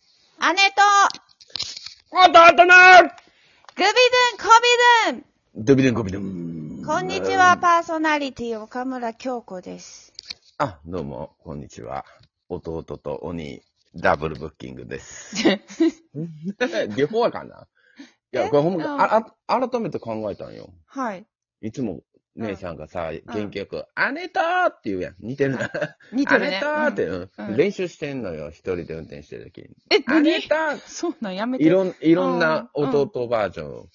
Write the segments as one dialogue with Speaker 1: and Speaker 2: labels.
Speaker 1: と、
Speaker 2: 弟
Speaker 1: グビドゥン、コビドゥン
Speaker 2: のドビデンコビデン。
Speaker 1: こんにちは、。パーソナリティ岡村京子です。
Speaker 2: あ、どうも、こんにちは。弟と鬼、ダブルブッキングです。 両方やかんな。いや、
Speaker 1: え
Speaker 2: これほん
Speaker 1: う
Speaker 2: ま、
Speaker 1: ん
Speaker 2: あ、あ、改めて考えたんよ。
Speaker 1: はい。
Speaker 2: いつも、姉さんがさ、元気よく、姉とーって言うやん。似てるな。
Speaker 1: 似てる
Speaker 2: 姉
Speaker 1: ね
Speaker 2: と。ーって、うん
Speaker 1: うん
Speaker 2: 練習してんのよ、一人で運転してる時に。
Speaker 1: え、
Speaker 2: 姉
Speaker 1: 何
Speaker 2: とー
Speaker 1: そうなんやめて。
Speaker 2: いろん、いろんな
Speaker 1: うん
Speaker 2: 弟バージョンを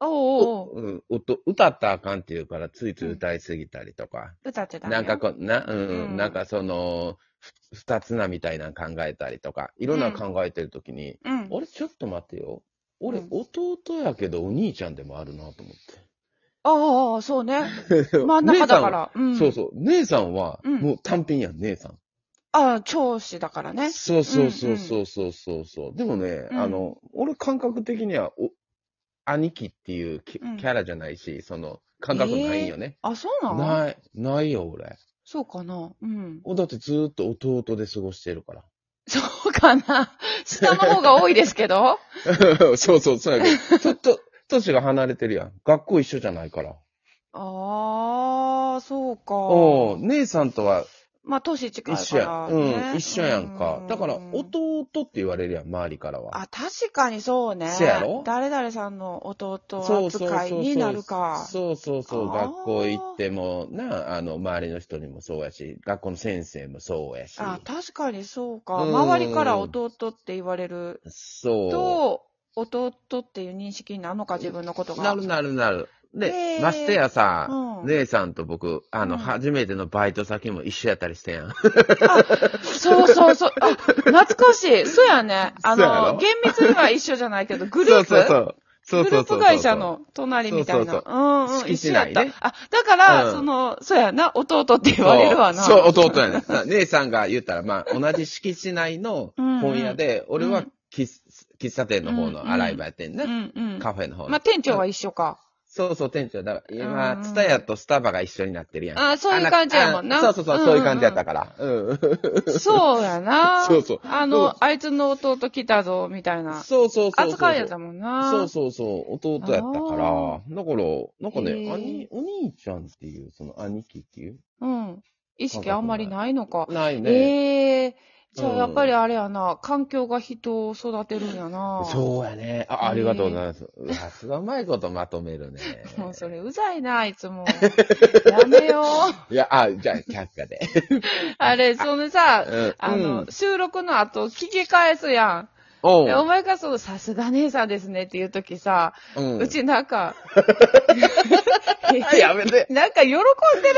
Speaker 1: おうおうおう
Speaker 2: うん、音歌ったらあかんっていうから、ついつい歌いすぎたりとか、
Speaker 1: 歌ってた
Speaker 2: なんかこう、な、うん、
Speaker 1: うん
Speaker 2: なんかその、ふ二つなみたいなの考えたりとか、いろんなの考えてるときに、
Speaker 1: う。うん。
Speaker 2: 俺ちょっと待ってよ。俺
Speaker 1: うん、
Speaker 2: 弟やけどお兄ちゃんでもあるなと思っ
Speaker 1: ああ、そうね。
Speaker 2: て。
Speaker 1: 真ん中だから。う
Speaker 2: 姉さんは。
Speaker 1: ん。
Speaker 2: そうそう。姉さんは、
Speaker 1: うん
Speaker 2: もう単品やん、姉さん。
Speaker 1: ああ、長子だからね。
Speaker 2: そうそうそうそうそうそうそう、でもね、
Speaker 1: うん
Speaker 2: あの、俺感覚的には、お、兄貴っていうキ,、
Speaker 1: うん
Speaker 2: ャラじゃないし、その、感覚ないんよね。
Speaker 1: あ、そうなの
Speaker 2: ない、ないよ、俺。
Speaker 1: そうかな。うん。
Speaker 2: おだってずーっと弟で過ごしてるから。
Speaker 1: そうかな。 下の方が多いですけ ど。
Speaker 2: そうそう、そうやけど。ちょっと、年が離れてるやん。学校一緒じゃないから。
Speaker 1: ああ、そうか。
Speaker 2: おお姉さんとは
Speaker 1: まあ、年近い
Speaker 2: 一
Speaker 1: か
Speaker 2: 緒や
Speaker 1: ら、
Speaker 2: ん。
Speaker 1: ね。
Speaker 2: うん、一緒やんか
Speaker 1: う。
Speaker 2: だから、弟って言われるやん、周りからは。
Speaker 1: あ、確かにそうね。
Speaker 2: せやろ
Speaker 1: 誰々さんの弟
Speaker 2: そうそう
Speaker 1: 扱
Speaker 2: そう
Speaker 1: い
Speaker 2: そう。
Speaker 1: になるか。
Speaker 2: そうそうそう。
Speaker 1: あー
Speaker 2: 学校行っても、な、あの、周りの人にもそうやし、学校の先生もそうやし。
Speaker 1: あ、確かにそうか。
Speaker 2: うん
Speaker 1: 周りから弟って言われる
Speaker 2: そう。
Speaker 1: と、弟っていう認識になるのか、自分のことが。
Speaker 2: なるなるなる。
Speaker 1: へ
Speaker 2: で、
Speaker 1: ー
Speaker 2: ましてやさ、
Speaker 1: うん
Speaker 2: 姉さんと僕、あの、
Speaker 1: うん
Speaker 2: 初めてのバイト先も一緒やったりしてやん。
Speaker 1: そうそうそう。あ、懐かし い。そうやね。あ
Speaker 2: そうやろ
Speaker 1: の、厳密には一緒じゃないけど、グループ。
Speaker 2: そうそうそう。そう
Speaker 1: グ
Speaker 2: そ
Speaker 1: ルー
Speaker 2: うそうそう
Speaker 1: プ会社。の隣みたいな。
Speaker 2: そううそう
Speaker 1: う
Speaker 2: ん
Speaker 1: ん、
Speaker 2: 敷
Speaker 1: 一
Speaker 2: 地
Speaker 1: 緒やっ
Speaker 2: 内ね
Speaker 1: た。あ、だから、
Speaker 2: うん
Speaker 1: その、そうやな、弟って言われるわな。
Speaker 2: そう、そう弟やねん。さ姉さんが言ったら、まあ、同じ敷地内の
Speaker 1: うんうん
Speaker 2: 本屋で、俺
Speaker 1: う
Speaker 2: は
Speaker 1: ん
Speaker 2: 喫喫茶店の方の洗い場やってん
Speaker 1: う
Speaker 2: ね。
Speaker 1: んうん。
Speaker 2: カフェの方の
Speaker 1: まあ、店長は一緒か。
Speaker 2: そうそう、店長。だから、
Speaker 1: うん
Speaker 2: 今、ツタヤとスタバが一緒になってるやん。
Speaker 1: あそういう感じやもんな
Speaker 2: あそうそうそう、
Speaker 1: うんうん
Speaker 2: そういう感じやった から。うん。
Speaker 1: そうやな。
Speaker 2: そうそう
Speaker 1: あ
Speaker 2: そう
Speaker 1: の、あいつの弟来たぞ、みたいな。
Speaker 2: そうそうそうそう。
Speaker 1: 扱いやったもんな。
Speaker 2: そうそうそう、弟やったから
Speaker 1: あ、
Speaker 2: だから、なんか
Speaker 1: へ
Speaker 2: ね、
Speaker 1: ー
Speaker 2: 兄、お兄ちゃんっていう、その兄貴っていう。
Speaker 1: うん。意識あんまりないのか。
Speaker 2: ないね。
Speaker 1: ええー。じゃあ、
Speaker 2: うん
Speaker 1: やっぱりあれやな、環境が人を育てるんやな。。
Speaker 2: そうやね。あ、ありがとうございます。さすがうまいことまとめるね
Speaker 1: もうそれうざいな、いつ も。やめよう。
Speaker 2: いや、あ、じゃあ、却下で。
Speaker 1: あれ、そのさ、
Speaker 2: うん
Speaker 1: あの、
Speaker 2: うん
Speaker 1: 収録の後聞き返すやん。
Speaker 2: お
Speaker 1: でお前がその、さすが姉さんですねっていう時さ、
Speaker 2: うん。
Speaker 1: うちなんか、
Speaker 2: あ やめて。
Speaker 1: なんか喜んでる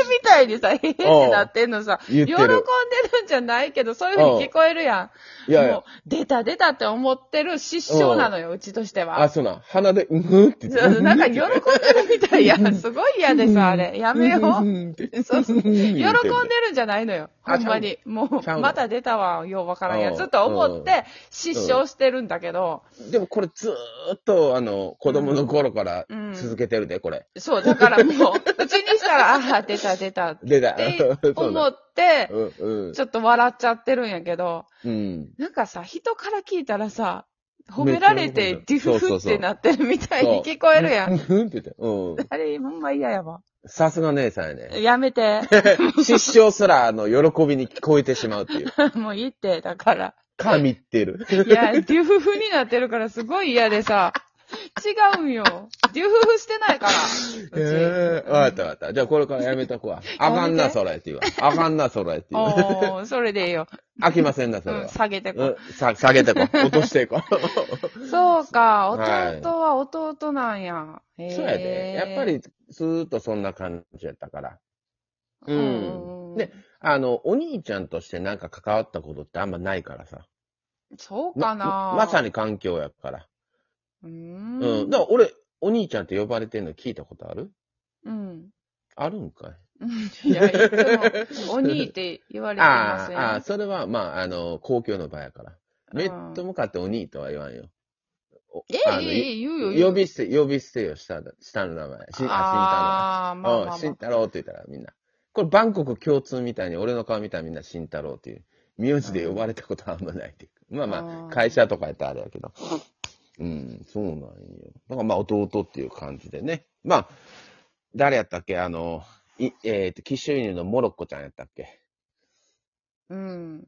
Speaker 1: みたいにさ、へ へってなってんのさ、
Speaker 2: 言
Speaker 1: 喜
Speaker 2: っ
Speaker 1: ん
Speaker 2: て
Speaker 1: で
Speaker 2: る
Speaker 1: るんじゃないけど、そういうふうに聞こえるやん。
Speaker 2: いやい
Speaker 1: もう
Speaker 2: や、、
Speaker 1: 出た出たって思ってる失笑なのよ、うちとして
Speaker 2: あ、
Speaker 1: は。
Speaker 2: そうなん。鼻で、うんふんって言って。
Speaker 1: なんか喜んでるみたいやん。すごい嫌でさ、あれ。やめよ
Speaker 2: ん
Speaker 1: う。
Speaker 2: んっ て
Speaker 1: そうそう喜んで
Speaker 2: 言
Speaker 1: る
Speaker 2: うてる
Speaker 1: んじゃないのよ。
Speaker 2: あ
Speaker 1: ほんまに。も
Speaker 2: ちゃう
Speaker 1: う、
Speaker 2: の
Speaker 1: また出たわ、ようわからんや
Speaker 2: うん
Speaker 1: つと思って、失笑してるんだけど。
Speaker 2: でもこれずーっと、あの、子供の頃から続けてるで、これ。
Speaker 1: そう、だからも う、うちにしたら、ああ、出た出たっ
Speaker 2: 出た。
Speaker 1: て
Speaker 2: そう
Speaker 1: 思
Speaker 2: な
Speaker 1: っ
Speaker 2: ん
Speaker 1: て、
Speaker 2: うんうん
Speaker 1: ちょっと笑っちゃってるんやけど、
Speaker 2: うん。
Speaker 1: なんかさ、人から聞いたらさ、褒められて、デ
Speaker 2: め
Speaker 1: ィ
Speaker 2: っちゃ
Speaker 1: フ
Speaker 2: 褒めるそ
Speaker 1: フっ
Speaker 2: うそうそう
Speaker 1: てなってるみたいに聞こえるや。
Speaker 2: うんふんって言って。うん。
Speaker 1: あれ、ほんま嫌やわ。
Speaker 2: さすが姉さんや ね。
Speaker 1: やめて。
Speaker 2: 失笑すら、あの、喜びに聞こえてしまうっていう。
Speaker 1: もういいって、だから。
Speaker 2: 神ってる。
Speaker 1: いや、デュフフになってるからすごい嫌でさ。違うんよ。デュフフしてないから。
Speaker 2: ええ、わかったわかった。じゃあこれからやめとくわ。あかんな、それって言うわ。あかんな、それって言うわ。
Speaker 1: おー、それでいいよ。
Speaker 2: 飽きません な、そうれ
Speaker 1: ん、
Speaker 2: は。
Speaker 1: 下げてこ
Speaker 2: う
Speaker 1: う。
Speaker 2: ん、さ下げてこう。落としていこう。
Speaker 1: そうか、
Speaker 2: はい
Speaker 1: 弟は弟なんや。へー
Speaker 2: そうやで。やっぱ、り、ずーっとそんな感じやったから。うんで、あの、お兄ちゃんとしてなんか関わったことってあんまないからさ。
Speaker 1: そう
Speaker 2: ま
Speaker 1: かな
Speaker 2: まさ
Speaker 1: に。
Speaker 2: に環境やから。
Speaker 1: う
Speaker 2: うん。
Speaker 1: ん。
Speaker 2: だから俺、お兄ちゃんって呼ばれてんの聞いたことある
Speaker 1: うん。
Speaker 2: あるんか い
Speaker 1: いや、いつも、お兄って言われてますよ。
Speaker 2: ああ、それは、まあ、あの、公共の場やから。
Speaker 1: うん
Speaker 2: めっと向かってお兄とは言わんよ。おあ
Speaker 1: え
Speaker 2: の
Speaker 1: え、ええ、言うよ、言うよ。
Speaker 2: 呼び捨て、呼び捨てよ、下の、下の名前。
Speaker 1: ああ、まあ
Speaker 2: しあ、慎太郎。
Speaker 1: まあま
Speaker 2: う
Speaker 1: あ
Speaker 2: ん、慎太郎って言ったらみんな。これ、バンコク共通みたいに、俺の顔見たらみんな慎太郎っていう。名字で呼ばれたことはあんまないっていう。まあ
Speaker 1: あ
Speaker 2: ま
Speaker 1: ー
Speaker 2: あ、会社とかやったらあれやけど。うん、そうなんよ。だからまあ、弟っていう感じでね。まあ、誰やったっけあの、いえっ、と、騎手犬のモロッコちゃんやったっけ
Speaker 1: うん。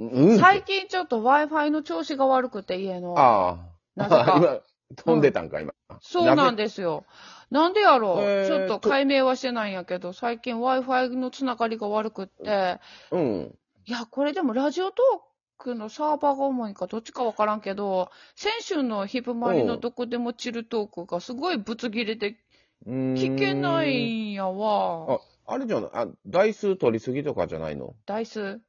Speaker 2: うん。
Speaker 1: 最近ちょっと Wi-Fi の調子が悪くて、家の。
Speaker 2: ああ。
Speaker 1: なぜか
Speaker 2: 今、飛んでたんか、今。
Speaker 1: そうなん
Speaker 2: で。
Speaker 1: ですよ。なんでやろう、
Speaker 2: えー
Speaker 1: ちょっと解明はしてないんやけど、最近 Wi-Fi のつながりが悪くって、
Speaker 2: うん。
Speaker 1: いや、これでもラジオトークのサーバーが重いんかどっちかわからんけど、先週のヒブマリのどこでもチルトークがすごいぶつ切れて
Speaker 2: うーん
Speaker 1: 聞けない。んやわ
Speaker 2: あ。あれじゃないあ、台数取りすぎとかじゃないの
Speaker 1: ダイス。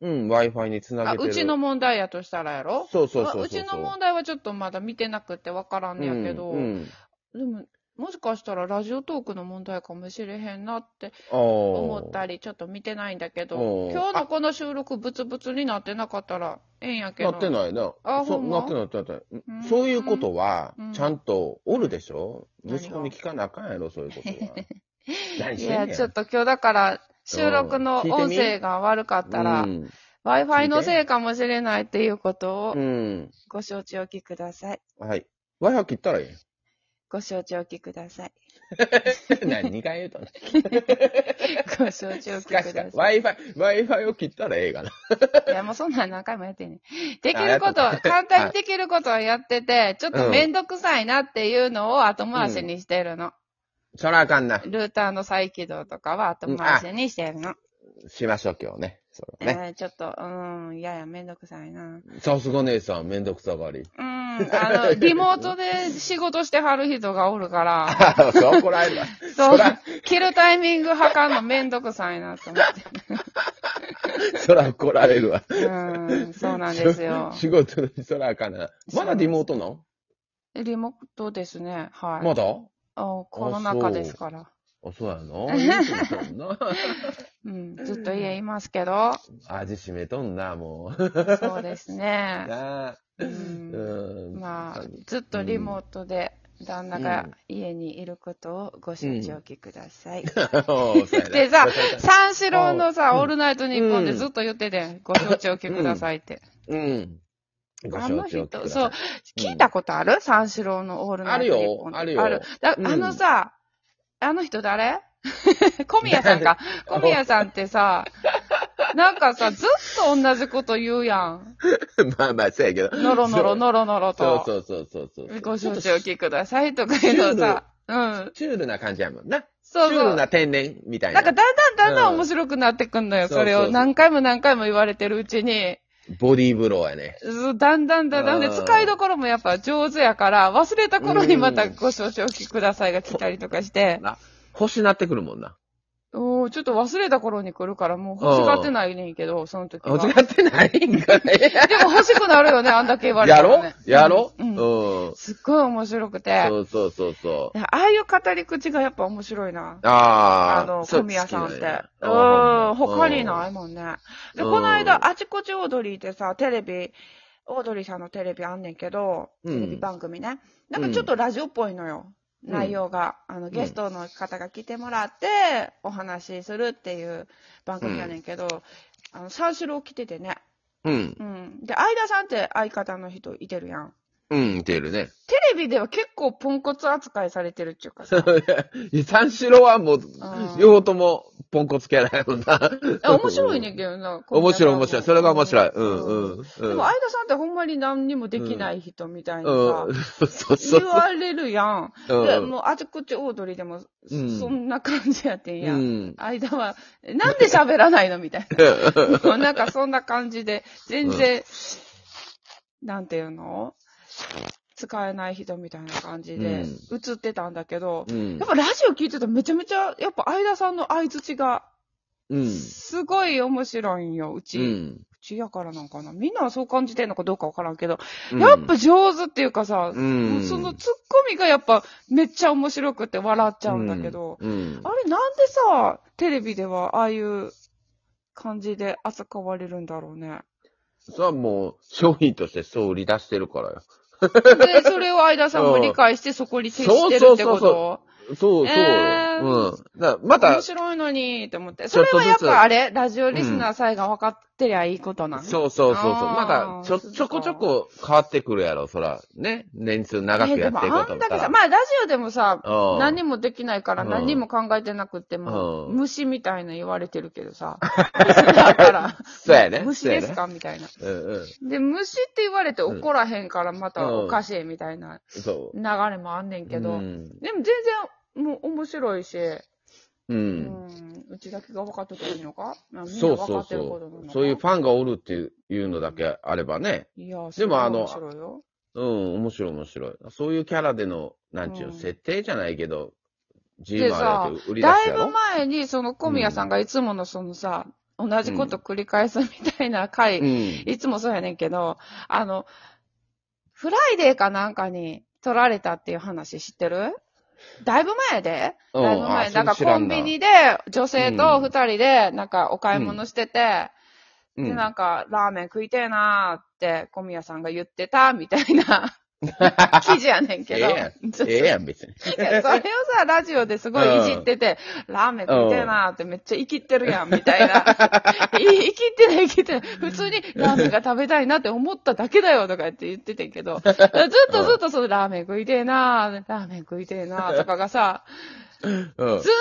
Speaker 2: うん、Wi-Fi につな
Speaker 1: あ、
Speaker 2: げてる。
Speaker 1: うちの問題やとしたらやろ
Speaker 2: そうそうそうそう。
Speaker 1: うちの問題はちょっとまだ見てなくてわからんねやけど、
Speaker 2: うんうん
Speaker 1: でも、もしかしたらラジオトークの問題かもしれへんなって思
Speaker 2: 思
Speaker 1: ったり、ちょっと見てないんだけど
Speaker 2: お、ー
Speaker 1: 今日のこの収録ブツブツになってなかったらええんやけ
Speaker 2: な
Speaker 1: ど。
Speaker 2: ってないな。
Speaker 1: あ
Speaker 2: そ
Speaker 1: ほ
Speaker 2: うんな
Speaker 1: ま
Speaker 2: ってない、なってない
Speaker 1: うん
Speaker 2: そういうことは
Speaker 1: うん、
Speaker 2: ちゃんとおるでしょ
Speaker 1: 何が
Speaker 2: 息子に聞かなあかんやろ、そういうことは。 何
Speaker 1: い
Speaker 2: してんね
Speaker 1: や、
Speaker 2: ん。
Speaker 1: ちょっと今日だから、収録の音声が悪かったら、
Speaker 2: うん。
Speaker 1: Wi-Fi のせいかもしれないっていうことを
Speaker 2: うん。
Speaker 1: ご承知おきください。
Speaker 2: はい。ワイハ切ったらいい。
Speaker 1: ご承知おきくださ い。
Speaker 2: 何二回言うとね。
Speaker 1: ご承知おき
Speaker 2: しか
Speaker 1: く
Speaker 2: しか
Speaker 1: だ、さい。
Speaker 2: Wi-Fi、Wi-Fi を切ったらええがな。
Speaker 1: いや、もうそんなん何回もやってんねん。できることは、簡単にできることはやってて、ちょっとめんどくさいなっていうのを後回しにしてるの。
Speaker 2: そらあかんな。
Speaker 1: ルーターの再起動とかは後回しにしてるの。
Speaker 2: しましょう、今日ね。そう
Speaker 1: え
Speaker 2: ね。
Speaker 1: ーちょっと、うーん、いやいや、めんどくさいな。
Speaker 2: さすが姉さん、めんどく さがり。
Speaker 1: うん、あの、リモートで仕事してはる人がおるから。
Speaker 2: あそう怒られるわ。
Speaker 1: そ
Speaker 2: そうら、
Speaker 1: 切るタイミング測るのめんどくさいなと思 って。
Speaker 2: そら怒られるわ。。
Speaker 1: うーん、そうなんですよ
Speaker 2: 仕事のそらあかんな。まだリモートなん
Speaker 1: リモートですね、はい。
Speaker 2: まだ
Speaker 1: あコロナ禍ですから。
Speaker 2: あ、そうや な。いいことやな
Speaker 1: うん、ずっと家いますけど、
Speaker 2: 味しめとんな、もう。
Speaker 1: そうですね。
Speaker 2: なあ
Speaker 1: う、
Speaker 2: うんん。
Speaker 1: まあ、ずっとリモートで旦那が家にいることをご承知おきください。
Speaker 2: おうそうやな
Speaker 1: でさ
Speaker 2: そうやな
Speaker 1: 三四郎のさ、
Speaker 2: うん
Speaker 1: オールナイトニッポンでずっと言ってて、ご承知おきくださいって。
Speaker 2: うん。ご
Speaker 1: あ
Speaker 2: 承
Speaker 1: の
Speaker 2: 知おきく
Speaker 1: 人、
Speaker 2: だ
Speaker 1: そ
Speaker 2: さ
Speaker 1: う
Speaker 2: い。
Speaker 1: 聞いたことある、三四郎のオールナイトニッポンって
Speaker 2: あるよあるよ
Speaker 1: だ
Speaker 2: うん
Speaker 1: あのさ、あの人誰 小宮さんか。小宮さんってさ、なんかさ、ずっと同じこと言うやん。
Speaker 2: まあまあ、そうやけど。
Speaker 1: のろのろのろのろ
Speaker 2: そ
Speaker 1: と。
Speaker 2: うそうそうそうそうそう。
Speaker 1: ご承
Speaker 2: ち
Speaker 1: 知おきくださいとかいうのさ。うん。
Speaker 2: チュールな感じやもんな。
Speaker 1: そう
Speaker 2: チュー
Speaker 1: そう。
Speaker 2: ル
Speaker 1: な
Speaker 2: なん
Speaker 1: か
Speaker 2: 天然みたい
Speaker 1: だ
Speaker 2: な。
Speaker 1: んだんだんだん
Speaker 2: うん
Speaker 1: 面白くなってくんのよ。
Speaker 2: そう
Speaker 1: それ
Speaker 2: そう
Speaker 1: を
Speaker 2: そう
Speaker 1: 何回も何回も言われてるうちに。
Speaker 2: ボディーブローやね。
Speaker 1: ずだんだんだんだんで、
Speaker 2: うん
Speaker 1: 使いどころもやっぱ上手やから、忘れた頃にまたご承知おきくださいが来たりとかして、
Speaker 2: な、欲しなってくるもんな。
Speaker 1: おーちょっと忘れた頃に来るから、もう欲しがってないねんけど、その時は。
Speaker 2: 間違ってないん かね。
Speaker 1: でも欲しくなるよね、あんだけ言われ
Speaker 2: や
Speaker 1: たら、
Speaker 2: ろ
Speaker 1: ね。
Speaker 2: やろ
Speaker 1: う
Speaker 2: う
Speaker 1: う
Speaker 2: んん。
Speaker 1: ん
Speaker 2: そ
Speaker 1: すっごい面白くて。
Speaker 2: うそうそうそ
Speaker 1: ああいう語り口がやっぱ面白いな。
Speaker 2: う。ああ。
Speaker 1: あの、
Speaker 2: そう
Speaker 1: 小宮さんっ
Speaker 2: 好
Speaker 1: て
Speaker 2: きなんや。
Speaker 1: う
Speaker 2: あ
Speaker 1: ん、
Speaker 2: ー
Speaker 1: 他に
Speaker 2: うん
Speaker 1: ないもんね。で、
Speaker 2: うん
Speaker 1: この間、あちこちオードリーでさ、テレビ、オードリーさんのテレビあんねんけど、
Speaker 2: う
Speaker 1: テ
Speaker 2: ん
Speaker 1: レビ番組ね。なんかちょっとラジオっぽいのよ。
Speaker 2: うん
Speaker 1: 内容が、あの、ゲストの方が来てもらって、お話しするっていう番組やねんけど、あの、三四郎来ててね。
Speaker 2: うん。
Speaker 1: うん。で、相田さんって相方の人いてるやん。
Speaker 2: うん、似てる ね。
Speaker 1: テレビでは結構ポンコツ扱いされてるっていうか さ。
Speaker 2: 三四郎はもう
Speaker 1: あ、ー
Speaker 2: 両方ともポンコツキャラやもんな。
Speaker 1: え面白いねんけどな。
Speaker 2: 面白い面白い。それが面白い。うん
Speaker 1: う
Speaker 2: うん
Speaker 1: ん。
Speaker 2: う
Speaker 1: で
Speaker 2: ん
Speaker 1: も、相田さんってほんまに何にもできない人みたいにさ
Speaker 2: う、ん。そうそう
Speaker 1: 言
Speaker 2: そう。
Speaker 1: われるやん。
Speaker 2: うん
Speaker 1: で、もうあちこちオードリーでも、
Speaker 2: うん
Speaker 1: そんな感じやってんや。
Speaker 2: うん
Speaker 1: 間は、なんで喋らないのみたいな。もうなんかそんな感じで、全然、なんていうの使えない人みたいな感じで映ってたんだけど、
Speaker 2: うん
Speaker 1: やっぱラジオ聞いてたらめちゃめちゃ、やっぱ相田さんの相槌が、
Speaker 2: うん。
Speaker 1: すごい面白いんよ、うち。
Speaker 2: うん。
Speaker 1: うちやからなんかな。みんなはそう感じてんのかどうかわからんけど、
Speaker 2: うん
Speaker 1: やっぱ上手っていうかさ、
Speaker 2: うん
Speaker 1: もうそのツッコミがやっぱめっちゃ面白くて笑っちゃうんだけど、
Speaker 2: うん。
Speaker 1: あれなんでさ、テレビではああいう感じで扱われるんだろうね。
Speaker 2: それはもう、商品としてそう売り出してるからよ。
Speaker 1: で、それを相田さんも理解してそこに徹してるってこと
Speaker 2: そうそうそうそうそうよ。
Speaker 1: ええ
Speaker 2: うん。だからまた
Speaker 1: 面、白いのにって思って。
Speaker 2: ちょ
Speaker 1: そ
Speaker 2: っ
Speaker 1: れ
Speaker 2: と
Speaker 1: はやっぱあれ、ラジオ
Speaker 2: ん
Speaker 1: リスナーさえが分かってりゃいいことなん
Speaker 2: そうそうそうそう。
Speaker 1: あー
Speaker 2: また、ちょ、ちょこちょこ変わってくるやろ、そら。ね。年数長くやっていこうと
Speaker 1: えでもあ
Speaker 2: 思
Speaker 1: ん
Speaker 2: っ
Speaker 1: だ
Speaker 2: た
Speaker 1: け
Speaker 2: ら。
Speaker 1: さ、まあラジオでもさ、
Speaker 2: うん
Speaker 1: 何もできないから
Speaker 2: うん
Speaker 1: 何も考えてなくっても、
Speaker 2: うん
Speaker 1: 虫みたいな言われてるけど さ。だから、
Speaker 2: そうやね
Speaker 1: 虫ですかみたいな。
Speaker 2: うんうん。
Speaker 1: で、虫って言われて怒らへんからまた
Speaker 2: うん
Speaker 1: おかしいみたいな
Speaker 2: そ
Speaker 1: 流れもあんねん
Speaker 2: う。
Speaker 1: けど、
Speaker 2: うん。
Speaker 1: でも全然もう面白いし、
Speaker 2: う。
Speaker 1: うんん、うちだけが分かってていいのかまあみんな
Speaker 2: そう
Speaker 1: 分か
Speaker 2: そう
Speaker 1: ってることな
Speaker 2: そ
Speaker 1: の
Speaker 2: う。
Speaker 1: か
Speaker 2: そういうファンがおるっていういうのだけあればね。
Speaker 1: いや、
Speaker 2: でもあの
Speaker 1: すごい面白いよ。
Speaker 2: うん、面白い面白い。そういうキャラでの、なんちゅ
Speaker 1: う
Speaker 2: う、
Speaker 1: ん
Speaker 2: 設定じゃないけど、自
Speaker 1: で
Speaker 2: 由
Speaker 1: さ
Speaker 2: あれって売り出
Speaker 1: だ
Speaker 2: す
Speaker 1: い
Speaker 2: や
Speaker 1: ぶ
Speaker 2: ろ。
Speaker 1: 前に、その小宮さんがいつものそのさ、同じこと繰り返すみたいな回、
Speaker 2: うん。
Speaker 1: いつもそうやねんけど、あの、フライデーかなんかに取られたっていう話知ってるだいぶ前やで、
Speaker 2: うん
Speaker 1: だいぶ前。
Speaker 2: あ
Speaker 1: なんか
Speaker 2: それ知ら
Speaker 1: コ
Speaker 2: ん
Speaker 1: ン
Speaker 2: な
Speaker 1: ビニで女性と二人でなんかお買い物してて、
Speaker 2: う
Speaker 1: で
Speaker 2: ん。
Speaker 1: なんかラーメン食いてえなーって小宮さんが言ってたみたい な記事やねんけど。
Speaker 2: ええや ん
Speaker 1: ちょっと
Speaker 2: ええやん、別に。
Speaker 1: いやそれをさ、ラジオですごいいじってて、ラーメン食いてえなーってめっちゃ生きってるやん、みたいな。 い生きってない生きってない。普通にラーメンが食べたいなって思っただけだよとかって言っててんけど、ずっとずっとそのラーメン食いてえなー、ラーメン食いてえなーとかがさ、
Speaker 2: うん
Speaker 1: ず。っとずっ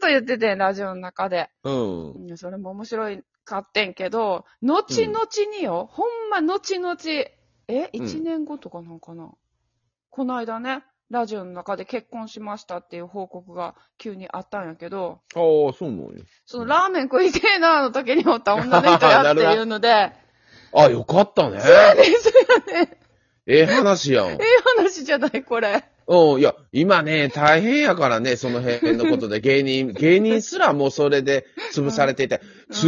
Speaker 1: と言っててん、ラジオの中で。
Speaker 2: うん。
Speaker 1: うんそれも面白いかってんけど、後々によ、ほんま後々、え、
Speaker 2: うん
Speaker 1: 1年後とかなんかな、こないだね、ラジオの中で結婚しましたっていう報告が急にあったんやけど、
Speaker 2: ああ、そうなのよ。
Speaker 1: そのラーメン食いてえなの時におった女の人やっていうの で、
Speaker 2: あ、よかったね。ええ話やん
Speaker 1: ええ。話じゃないこれ。
Speaker 2: うん、いや、今ね、大変やからね、その辺のことで、芸 人、芸人すらもうそれで潰されていて、続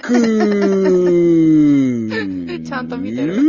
Speaker 2: く
Speaker 1: ちゃんと見てる。